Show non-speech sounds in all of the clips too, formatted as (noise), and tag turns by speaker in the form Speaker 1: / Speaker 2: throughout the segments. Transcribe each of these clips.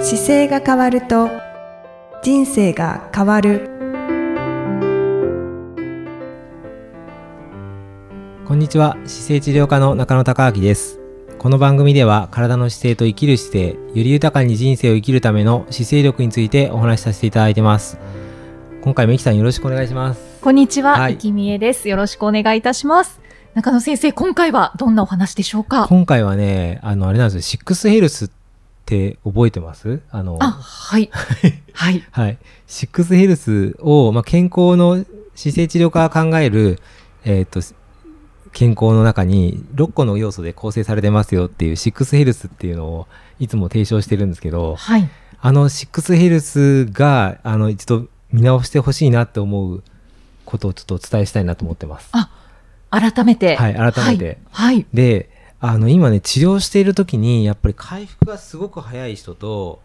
Speaker 1: 姿勢が変わると人生が変わる
Speaker 2: こんにちは姿勢治療科の中野孝明ですこの番組では体の姿勢と生きる姿勢より豊かに人生を生きるための姿勢力についてお話しさせていただいてます今回もゆきさんよろしくお願いします
Speaker 3: こんにちは、
Speaker 2: はい
Speaker 3: い、きみえです。よろしくお願いいたします。中野先生、今回はどんなお話でしょうか
Speaker 2: 今回はねあのあれなんですよシックスヘルスって覚えてますあの
Speaker 3: あ、はい。はい。
Speaker 2: はい。シックスヘルスを、まあ、健康の姿勢治療科が考える、えっ、と、健康の中に6個の要素で構成されてますよっていうシックスヘルスっていうのをいつも提唱してるんですけど、
Speaker 3: はい。
Speaker 2: あのシックスヘルスが、あの、一度見直してほしいなって思うことをちょっとお伝えしたいなと思ってます。
Speaker 3: あ改めて。
Speaker 2: はい改めて
Speaker 3: はい。はい。
Speaker 2: で、あの、今ね、治療している時に、やっぱり回復がすごく早い人と、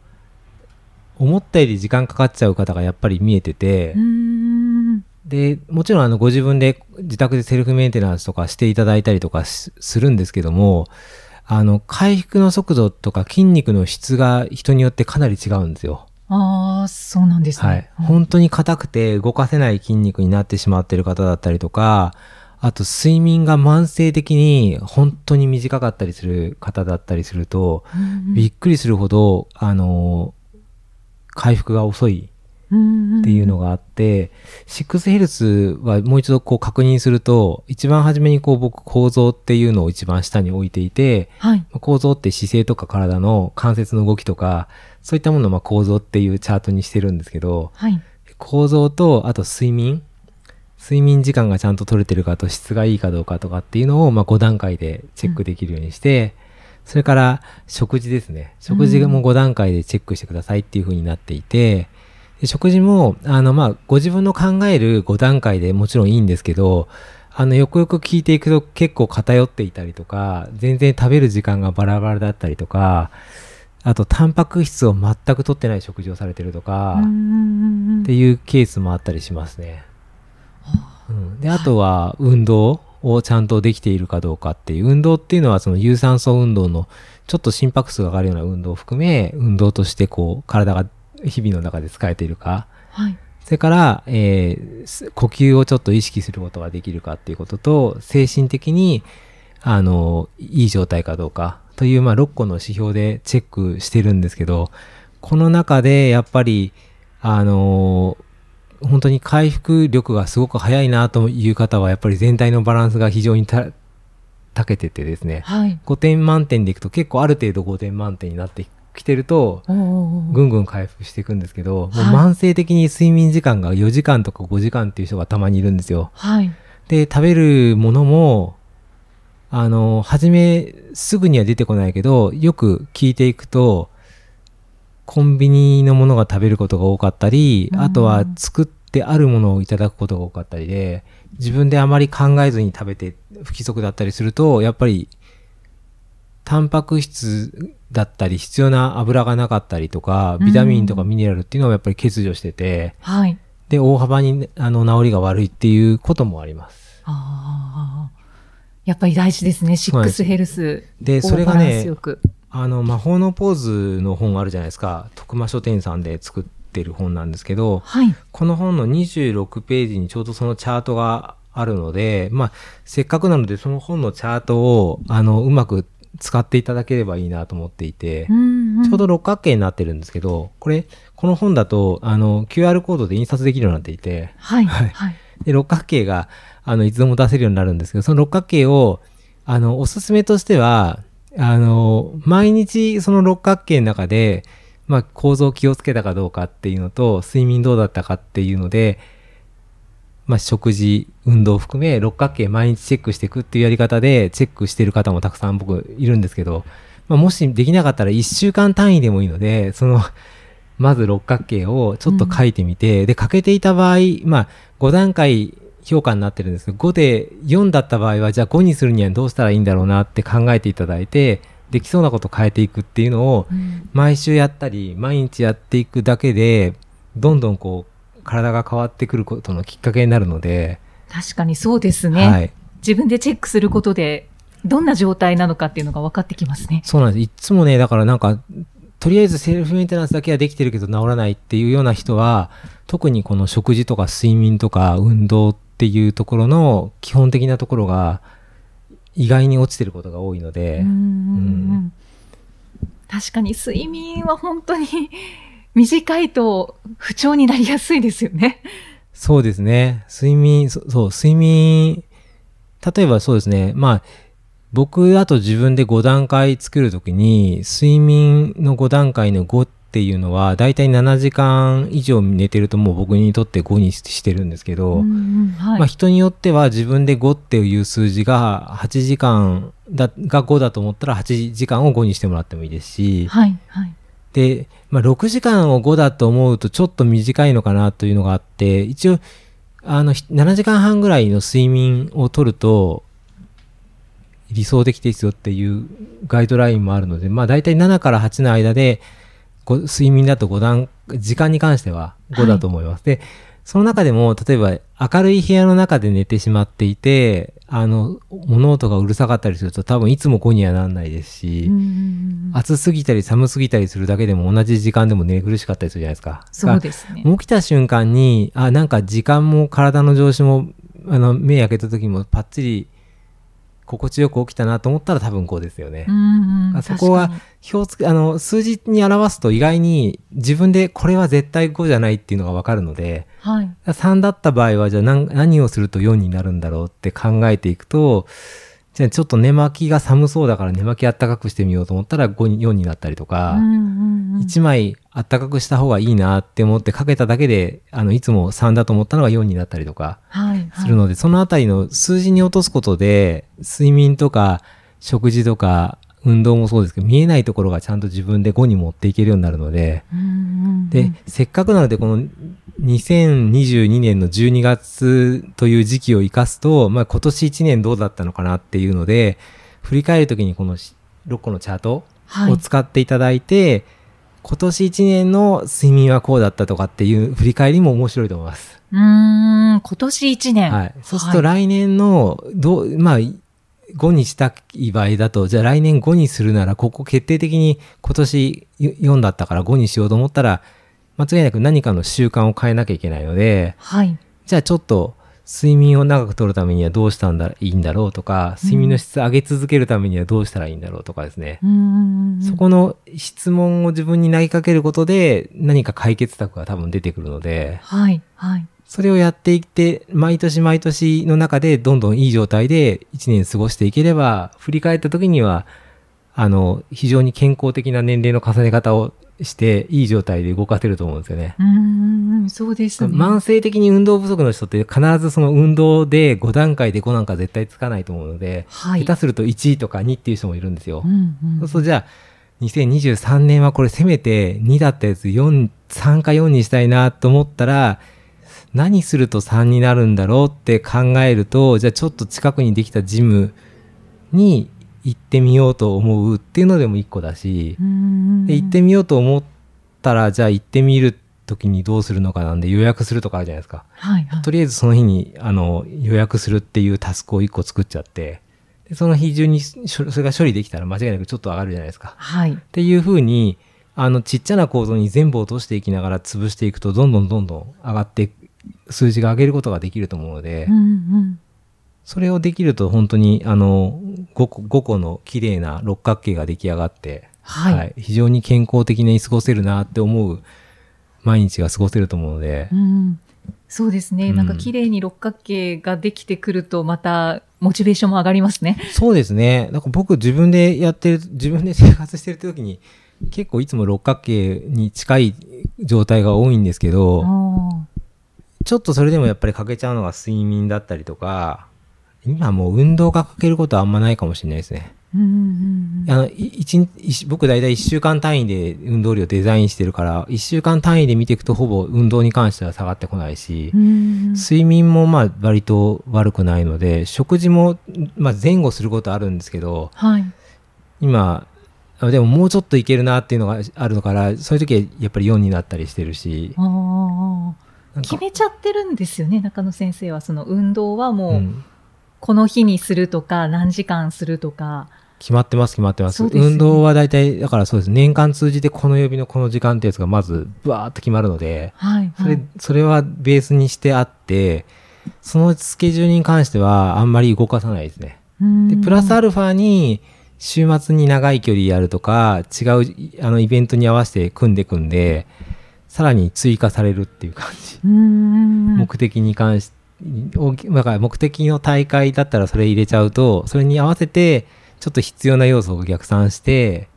Speaker 2: 思ったより時間かかっちゃう方がやっぱり見えてて、
Speaker 3: うーん。
Speaker 2: で、もちろんあのご自分で自宅でセルフメンテナンスとかしていただいたりとかしするんですけども、あの、回復の速度とか筋肉の質が人によってかなり違うんですよ。
Speaker 3: ああ、そうなんです
Speaker 2: はい
Speaker 3: ね。。うん
Speaker 2: 本当に硬くて動かせない筋肉になってしまっている方だったりとか、あと睡眠が慢性的に本当に短かったりする方だったりすると、びっくりするほど、あの、回復が遅いっていうのがあって、シックスヘルスはもう一度こう確認すると、一番初めにこう僕構造っていうのを一番下に置いていて、
Speaker 3: はい。
Speaker 2: 構造って姿勢とか体の関節の動きとか、そういったものをまあ構造っていうチャートにしてるんですけど、
Speaker 3: はい。
Speaker 2: 構造と、あと睡眠。睡眠時間がちゃんと取れてるかと質がいいかどうかとかっていうのを、まあ、5段階でチェックできるようにして、それから食事ですね。食事も5段階でチェックしてくださいっていう風になっていて、で食事も、あの、まあ、ご自分の考える5段階でもちろんいいんですけど、あの、よくよく聞いていくと結構偏っていたりとか、全然食べる時間がバラバラだったりとか、あと、タンパク質を全く取ってない食事をされてるとか、
Speaker 3: うん
Speaker 2: っていうケースもあったりしますね。うん、であとは運動をちゃんとできているかどうかっていう運動っていうのはその有酸素運動のちょっと心拍数が上がるような運動を含め運動としてこう体が日々の中で使えているか
Speaker 3: はい。
Speaker 2: それから、えーす呼吸をちょっと意識することができるかっていうことと精神的にあのいい状態かどうかという、まあ、6個の指標でチェックしてるんですけどこの中でやっぱりあの本当に回復力がすごく早いなという方はやっぱり全体のバランスが非常にた長けててですね
Speaker 3: はい。
Speaker 2: 5点満点でいくと結構ある程度5点満点になってきてると
Speaker 3: おーおー
Speaker 2: ぐんぐん回復していくんですけど、
Speaker 3: はい
Speaker 2: もう慢性的に睡眠時間が4時間とか5時間っていう人がたまにいるんですよ。
Speaker 3: はい。
Speaker 2: で、食べるものも、あの、初めすぐには出てこないけど、よく聞いていくと、コンビニのものが食べることが多かったり、
Speaker 3: うん
Speaker 2: あとは作ってあるものをいただくことが多かったりで、自分であまり考えずに食べて不規則だったりすると、やっぱり、タンパク質だったり、必要な油がなかったりとか、ビタミンとかミネラルっていうのはやっぱり欠如してて、
Speaker 3: はい。
Speaker 2: で、大幅にあの治りが悪いっていうこともあります。
Speaker 3: ああ。やっぱり大事ですね、シ
Speaker 2: そう
Speaker 3: ッ
Speaker 2: なん
Speaker 3: ク
Speaker 2: です
Speaker 3: スヘルス。
Speaker 2: でそれがね
Speaker 3: バランスよく。
Speaker 2: あの、魔法のポーズの本あるじゃないですか。徳間書店さんで作ってる本なんですけど、
Speaker 3: はい。
Speaker 2: この本の26ページにちょうどそのチャートがあるので、まあ、せっかくなのでその本のチャートを、あの、うまく使っていただければいいなと思っていて、
Speaker 3: ん
Speaker 2: ちょうど六角形になってるんですけど、これ、この本だと、あの、QR コードで印刷できるようになっていて、
Speaker 3: はい。
Speaker 2: はい
Speaker 3: はい。
Speaker 2: で、六角形が、あの、いつでも出せるようになるんですけど、その六角形を、あの、おすすめとしては、あの、毎日その六角形の中で、まあ、構造気をつけたかどうかっていうのと、睡眠どうだったかっていうので、まあ、食事、運動を含め、六角形毎日チェックしていくっていうやり方で、チェックしてる方もたくさん僕いるんですけど、まあ、もしできなかったら1週間単位でもいいので、その、まず六角形をちょっと書いてみて、で、欠けていた場合、まあ、5段階評価になってるんですけど、5で4だった場合は、じゃあ5にするにはどうしたらいいんだろうなって考えていただいて、できそうなことを変えていくっていうのを、
Speaker 3: うん
Speaker 2: 毎週やったり、毎日やっていくだけで、どんどんこう、体が変わってくることのきっかけになるので、
Speaker 3: 確かにそうですね。
Speaker 2: はい。
Speaker 3: 自分でチェックすることで、どんな状態なのかっていうのが分かってきますね。
Speaker 2: そうなんです。いつもね、だからなんか、とりあえずセルフメンテナンスだけはできてるけど治らないっていうような人は特にこの食事とか睡眠とか運動っていうところの基本的なところが意外に落ちてることが多いので、
Speaker 3: うんうんうん確かに睡眠は本当に (laughs) 短いと不調になりやすいですよね。
Speaker 2: そうですね睡眠そそう睡眠例えばそうですねまあ僕だと自分で5段階作るときに睡眠の5段階の5っていうのはだいたい7時間以上寝てるともう僕にとって5にしてるんですけど、
Speaker 3: うんうんはい
Speaker 2: まあ、人によっては自分で5っていう数字が8時間だが5だと思ったら8時間を5にしてもらってもいいですし、
Speaker 3: はいはい
Speaker 2: で、まあ、6時間を5だと思うとちょっと短いのかなというのがあって一応あのひ7時間半ぐらいの睡眠をとると理想的ですよっていうガイドラインもあるので、まあ、大体7から8の間でご睡眠だと5段時間に関しては5だと思います。でその中でも例えば明るい部屋の中で寝てしまっていてあの物音がうるさかったりすると多分いつも5にはなんないですし。
Speaker 3: うんうんうん。
Speaker 2: 暑すぎたり寒すぎたりするだけでも同じ時間でも寝苦しかったりするじゃないですか。
Speaker 3: そうですね。
Speaker 2: が起きた瞬間にあなんか時間も体の調子もあの目開けた時もパッチリ心地よく起きたなと思ったら多分こうですよね。
Speaker 3: うんうん
Speaker 2: あそこは
Speaker 3: 確か
Speaker 2: 表つあの数字に表すと意外に自分でこれは絶対5じゃないっていうのが分かるので
Speaker 3: にはい。
Speaker 2: 3だった場合はじゃあ何何をすると4になるんだろうって考えていくとじゃあちょっと寝巻きが寒そうだから寝巻きあったかくしてみようと思ったら5に4になったりとか。
Speaker 3: うんうんうん
Speaker 2: 1枚あったかくした方がいいなって思ってかけただけであのいつも3だと思ったのが4になったりとか
Speaker 3: はいはい
Speaker 2: するので、そのあたりの数字に落とすことで睡眠とか食事とか運動もそうですけど見えないところがちゃんと自分で5に持っていけるようになるので
Speaker 3: うんうんうん
Speaker 2: で、せっかくなのでこの2022年の12月という時期を生かすと、まあ、今年1年どうだったのかなっていうので振り返るときにこの6個のチャート
Speaker 3: はい
Speaker 2: を使っていただいて、今年1年の睡眠はこうだったとかっていう振り返りも面白いと思います。
Speaker 3: うーん、今年一年。
Speaker 2: はい、そうすると
Speaker 3: はい
Speaker 2: 来年のどう、まあ5にしたい場合だとじゃあ来年5にするならここ決定的に今年4だったから5にしようと思ったら間違いなく何かの習慣を変えなきゃいけないので
Speaker 3: はい。
Speaker 2: じゃあちょっと睡眠を長くとるためにはどうしたんだいいんだろうとか睡眠の質上げ続けるためにはどうしたらいいんだろうとかですね、
Speaker 3: うんうんうん
Speaker 2: そこの質問を自分に投げかけることで何か解決策が多分出てくるので、
Speaker 3: はい、はい。
Speaker 2: それをやっていって、毎年毎年の中でどんどんいい状態で1年過ごしていければ、振り返った時には、あの、非常に健康的な年齢の重ね方をして、いい状態で動かせると思うんですよね。
Speaker 3: うんうんうん、そうですね。
Speaker 2: 慢性的に運動不足の人って必ずその運動で5段階で5なんか絶対つかないと思うので、
Speaker 3: はい。
Speaker 2: 下手すると1とか2っていう人もいるんですよ。
Speaker 3: うんうん
Speaker 2: そうそうじゃあ2023年はこれせめて2だったやつ4 3か4にしたいなと思ったら何すると3になるんだろうって考えるとじゃあちょっと近くにできたジムに行ってみようと思うっていうのでも1個だし
Speaker 3: う、んうんうん
Speaker 2: で行ってみようと思ったらじゃあ行ってみる時にどうするのかなんで予約するとかあるじゃないですか。
Speaker 3: はい、はい
Speaker 2: とりあえずその日にあの予約するっていうタスクを1個作っちゃってでその日中にしょそれが処理できたら間違いなくちょっと上がるじゃないですか。
Speaker 3: はい。
Speaker 2: っていうふうにあのちっちゃな構造に全部落としていきながら潰していくとどんどんどんどん上がって数字が上げることができると思うので、
Speaker 3: うんうん。
Speaker 2: それをできると本当にあの 5, 個5個の綺麗な六角形が出来上がって、
Speaker 3: はい
Speaker 2: 非常に健康的に過ごせるなって思う毎日が過ごせると思うので
Speaker 3: う、ん。そうですね。
Speaker 2: うん
Speaker 3: なんか綺麗に六角形ができてくると、また、モチベーションも上がりますね。
Speaker 2: そうですね。なんか僕自分でやってる、自分で生活してる時に、結構いつも六角形に近い状態が多いんですけ
Speaker 3: お
Speaker 2: ど、
Speaker 3: ー
Speaker 2: ちょっとそれでもやっぱり欠けちゃうのが睡眠だったりとか、今もう運動が欠けることはあんまないかもしれないですね。
Speaker 3: うんうんうん
Speaker 2: あの、い一日、一僕大体1週間単位で運動量デザインしてるから、1週間単位で見ていくとほぼ運動に関しては下がってこないし
Speaker 3: う、んうん。
Speaker 2: 睡眠もまあ割と悪くないので、食事もまあ前後することあるんですけど、
Speaker 3: はい。
Speaker 2: 今あでももうちょっといけるなっていうのがあるからそういう時はやっぱり4になったりしてるし
Speaker 3: おー
Speaker 2: なんか
Speaker 3: 決めちゃってるんですよね、中野先生は。その運動はもう、
Speaker 2: うん
Speaker 3: この日にするとか、何時間するとか。
Speaker 2: 決まってます、決まってます。
Speaker 3: そうですよね
Speaker 2: 運動は大体、だからそうです。年間通じてこの曜日のこの時間ってやつがまず、ブワーっと決まるので、
Speaker 3: はい。
Speaker 2: それ、
Speaker 3: はい
Speaker 2: それはベースにしてあって、そのスケジュールに関してはあんまり動かさないですね。で、プラスア
Speaker 3: ル
Speaker 2: ルファに、週末に長い距離やるとか、違う、あの、イベントに合わせて組んで組んで、さらに追加されるっていう感じ。
Speaker 3: 目
Speaker 2: 目的に関し大きだから目的の大会だったらそれ入れちゃうとそれに合わせてちょっと必要な要素を逆算して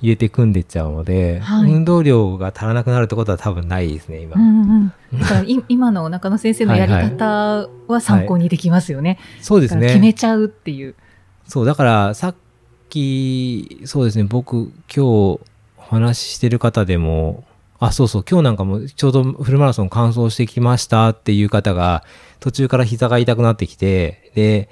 Speaker 2: 入れて組んでっちゃうので、
Speaker 3: はい
Speaker 2: 運動量が足らなくなるってことは多分ないですね今、
Speaker 3: うんうん、だからい今の中野先生のやり方は参考にできますよね。
Speaker 2: そうです
Speaker 3: だから決め
Speaker 2: ね
Speaker 3: ちゃうっていう。
Speaker 2: そうだからさっきそうですね僕今日お話ししてる方でもあそうそう今日なんかもちょうどフルマラソン完走してきましたっていう方が途中から膝が痛くなってきてで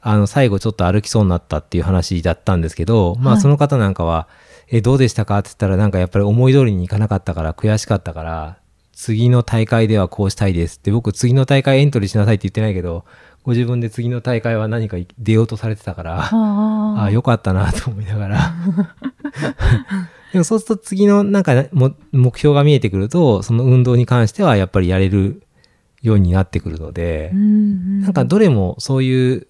Speaker 2: あの最後ちょっと歩きそうになったっていう話だったんですけど、ま
Speaker 3: は
Speaker 2: あ
Speaker 3: い
Speaker 2: その方なんかは「えどうでしたか?」って言ったらなんかやっぱり思い通りにいかなかったから悔しかったから次の大会ではこうしたいですって僕次の大会エントリーしなさいって言ってないけどご自分で次の大会は何か出ようとされてたから。あ
Speaker 3: あ
Speaker 2: あ、よかったなと思いながら。でもそうすると次のなんかも目標が見えてくると、その運動に関してはやっぱりやれるようになってくるので
Speaker 3: う、ん
Speaker 2: なんか
Speaker 3: ど
Speaker 2: どれもそういう、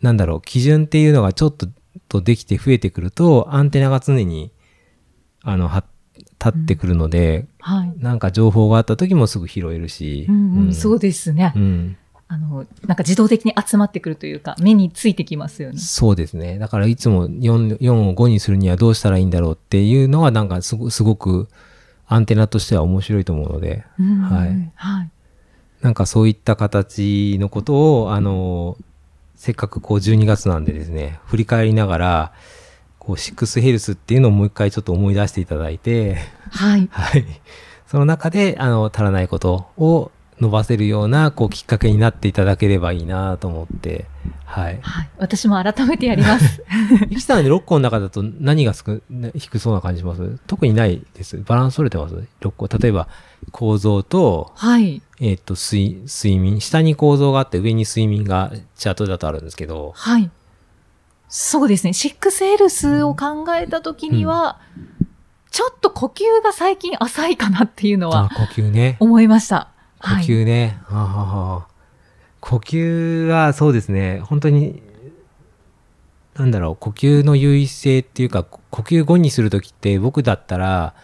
Speaker 2: なんだろう、基準っていうのがちょっととできて増えてくると、アンテナが常に、あの、は立ってくるので、
Speaker 3: はい
Speaker 2: なんか情報があった時もすぐ拾えるし。
Speaker 3: うんうんそううですね、
Speaker 2: うん
Speaker 3: あの。なんか自動的に集まってくるというか、目についてきますよね。
Speaker 2: そうですね。だからいつも 4, 4を5にするにはどうしたらいいんだろうっていうのはなんかすごすごくアンテナとしては面白いと思うので、
Speaker 3: うん
Speaker 2: はい
Speaker 3: はい
Speaker 2: なんかそういった形のことを、あの、せっかくこう12月なんでですね、振り返りながら、こう6ヘルスっていうのをもう一回ちょっと思い出していただいて、 (laughs)
Speaker 3: はい
Speaker 2: はい。その中で、あの、足らないことを伸ばせるような、こうきっかけになっていただければいいなと思って、はい。
Speaker 3: はい私も改めてやります。
Speaker 2: (laughs) ゆきさんで6個の中だと何が少な低そうな感じします特にないです。バランス取れてます ?6 個。例えば、構造と、
Speaker 3: はい。
Speaker 2: えっ、と睡、睡眠。下に構造があって、上に睡眠がチャートだとあるんですけど、
Speaker 3: はい。そうですね。シックスエルスを考えたときには、ちょっと呼吸が最近浅いかなっていうのは
Speaker 2: あ、呼吸ね。
Speaker 3: 思いました。
Speaker 2: 呼吸ね。はあはあはあ呼吸はそうですね。本当に、なんだろう、呼吸の優位性っていうか、こ呼吸後にするときって、僕だったら、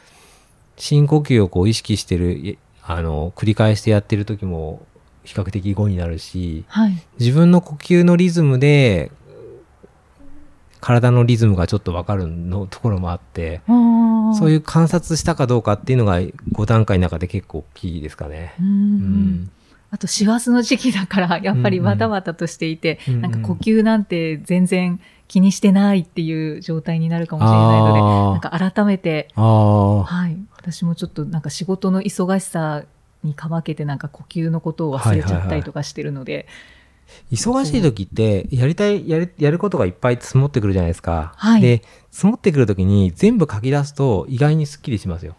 Speaker 2: 深呼吸をこう意識してる、いあの、繰り返してやってるときも、比較的後になるし、
Speaker 3: はい。はい。
Speaker 2: 自分の呼吸のリズムで、体のリズムがちょっとわかるのところもあって、そう
Speaker 3: い
Speaker 2: いう観察したかどうかっていうのが5段階の中で結構大きいですかね。
Speaker 3: うん。
Speaker 2: うん
Speaker 3: あと、師走の時期だから、やっぱりわたわたとしていて、
Speaker 2: うんうん
Speaker 3: なんか呼吸なんて全然気にしてないっていう状態になるかもしれないので、
Speaker 2: あー
Speaker 3: なんか改めて、
Speaker 2: ああ。
Speaker 3: はい。私もちょっとなんか仕事の忙しさにかまけて、なんか呼吸のことを忘れちゃったりとかしてるので、
Speaker 2: 忙しい時って、やりたい、やる、やることがいっぱい積もってくるじゃないですか。
Speaker 3: はい
Speaker 2: で、積もってくる時に全部書き出すと意外にスッキリしますよ。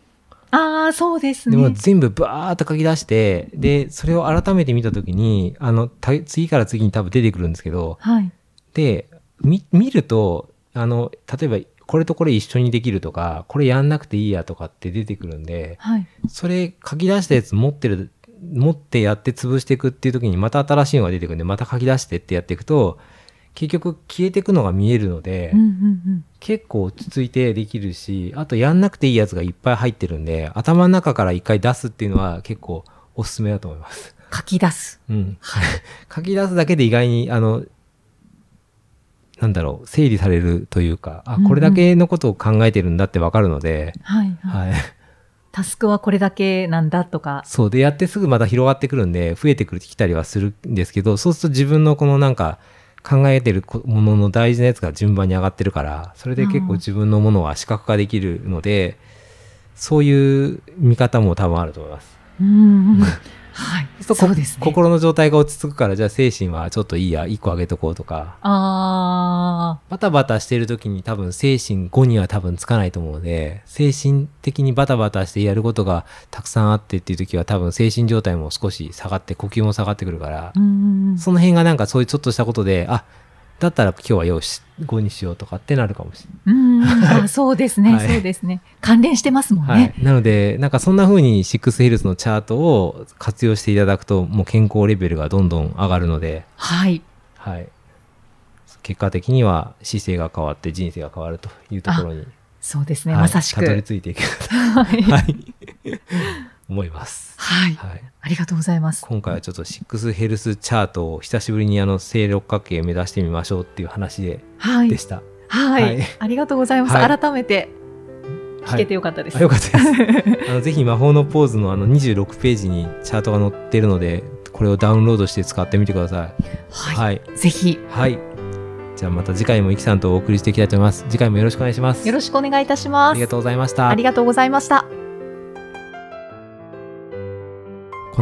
Speaker 3: ああ、そうです
Speaker 2: で
Speaker 3: ね。
Speaker 2: も全部バーッと書き出して、で、それを改めて見た時に、あの、た次から次に多分出てくるんですけど、
Speaker 3: はい。
Speaker 2: で、み見ると、あの、例えば、これとこれ一緒にできるとか、これやんなくていいやとかって出てくるんで、
Speaker 3: はい。
Speaker 2: それ書き出したやつ持ってる、持ってやって潰していくっていう時にまた新しいのが出てくるんで、また書き出してってやっていくと、結局消えていくのが見えるので、
Speaker 3: うんうん
Speaker 2: 結構落ち着いてできるし、あとやんなくていいやつがいっぱい入ってるんで、頭の中から一回出すっていうのは結構おすすめだと思います。
Speaker 3: うん。書き出す。
Speaker 2: うん。 (laughs) 書き出すだけで意外に、あの、なんだろう、整理されるというか、あ、これだけのことを考えてるんだってわかるので、
Speaker 3: はい、はい。
Speaker 2: はい。
Speaker 3: タスクはこれだけなんだ
Speaker 2: (laughs)
Speaker 3: とか。
Speaker 2: そうでやってすぐまた広がってくるんで増えてくるきたりはするんですけどそうすると自分のこのなんか考えてるこものの大事なやつが順番に上がってるからそれで結
Speaker 3: うん
Speaker 2: 構自分のものは視覚化できるので、そういう見方も多分あると思います。
Speaker 3: うんうん。はい。
Speaker 2: そ
Speaker 3: そうですね。
Speaker 2: 心の状態が落ち着くからじゃあ精神はちょっといいや1個上げとこうとか
Speaker 3: あ
Speaker 2: バタバタしてる時に多分精神5には多分つかないと思うので、精神的にバタバタしてやることがたくさんあってっていう時は多分精神状態も少し下がって呼吸も下がってくるから
Speaker 3: あ。う、んうんうん。
Speaker 2: その辺がなんかそういうちょっとしたことで、あ、だったら今日は用し5にしようとかってなるかもしれ
Speaker 3: うん、あそうですね、
Speaker 2: はい
Speaker 3: そうですね。関連してますもんね。
Speaker 2: ない、はい、なのでなんかそんな風にシックスヒルズのチャートを活用していただくともう健康レベルがどんどん上がるので、
Speaker 3: はい。
Speaker 2: はい、結果的には姿勢が変わって人生が変わるというところに、
Speaker 3: そうですね、
Speaker 2: はい
Speaker 3: まさした
Speaker 2: どり
Speaker 3: く。
Speaker 2: 着いていく
Speaker 3: (laughs) はい
Speaker 2: と、はい、思います。
Speaker 3: はい。
Speaker 2: はい
Speaker 3: ありがとうございます。
Speaker 2: 今回はちょっとシックスヘルスチャートを久しぶりにあの正六角形を目指してみましょうっていう話で
Speaker 3: はい
Speaker 2: で。した。
Speaker 3: はい、
Speaker 2: はい
Speaker 3: ありがとうございます。
Speaker 2: はい
Speaker 3: 改めて聞けて
Speaker 2: よかっ
Speaker 3: よかったです。
Speaker 2: よかったです。あのぜひ魔法のポーズのあの26ページにチャートが載ってるのでこれをダウンロードして使ってみてください。
Speaker 3: (laughs) は
Speaker 2: はい。
Speaker 3: い。ぜひ、
Speaker 2: はい。じゃあまた次回もイキさんとお送りしていきたいと思います。次回もよろしくお願いします。
Speaker 3: よろ
Speaker 2: しく
Speaker 3: しくお願いいたしま
Speaker 2: あ
Speaker 3: す。
Speaker 2: りがとうございました
Speaker 3: あり。がとうございました。
Speaker 2: こ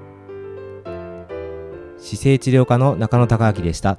Speaker 2: 姿勢治療科の中野孝明でした。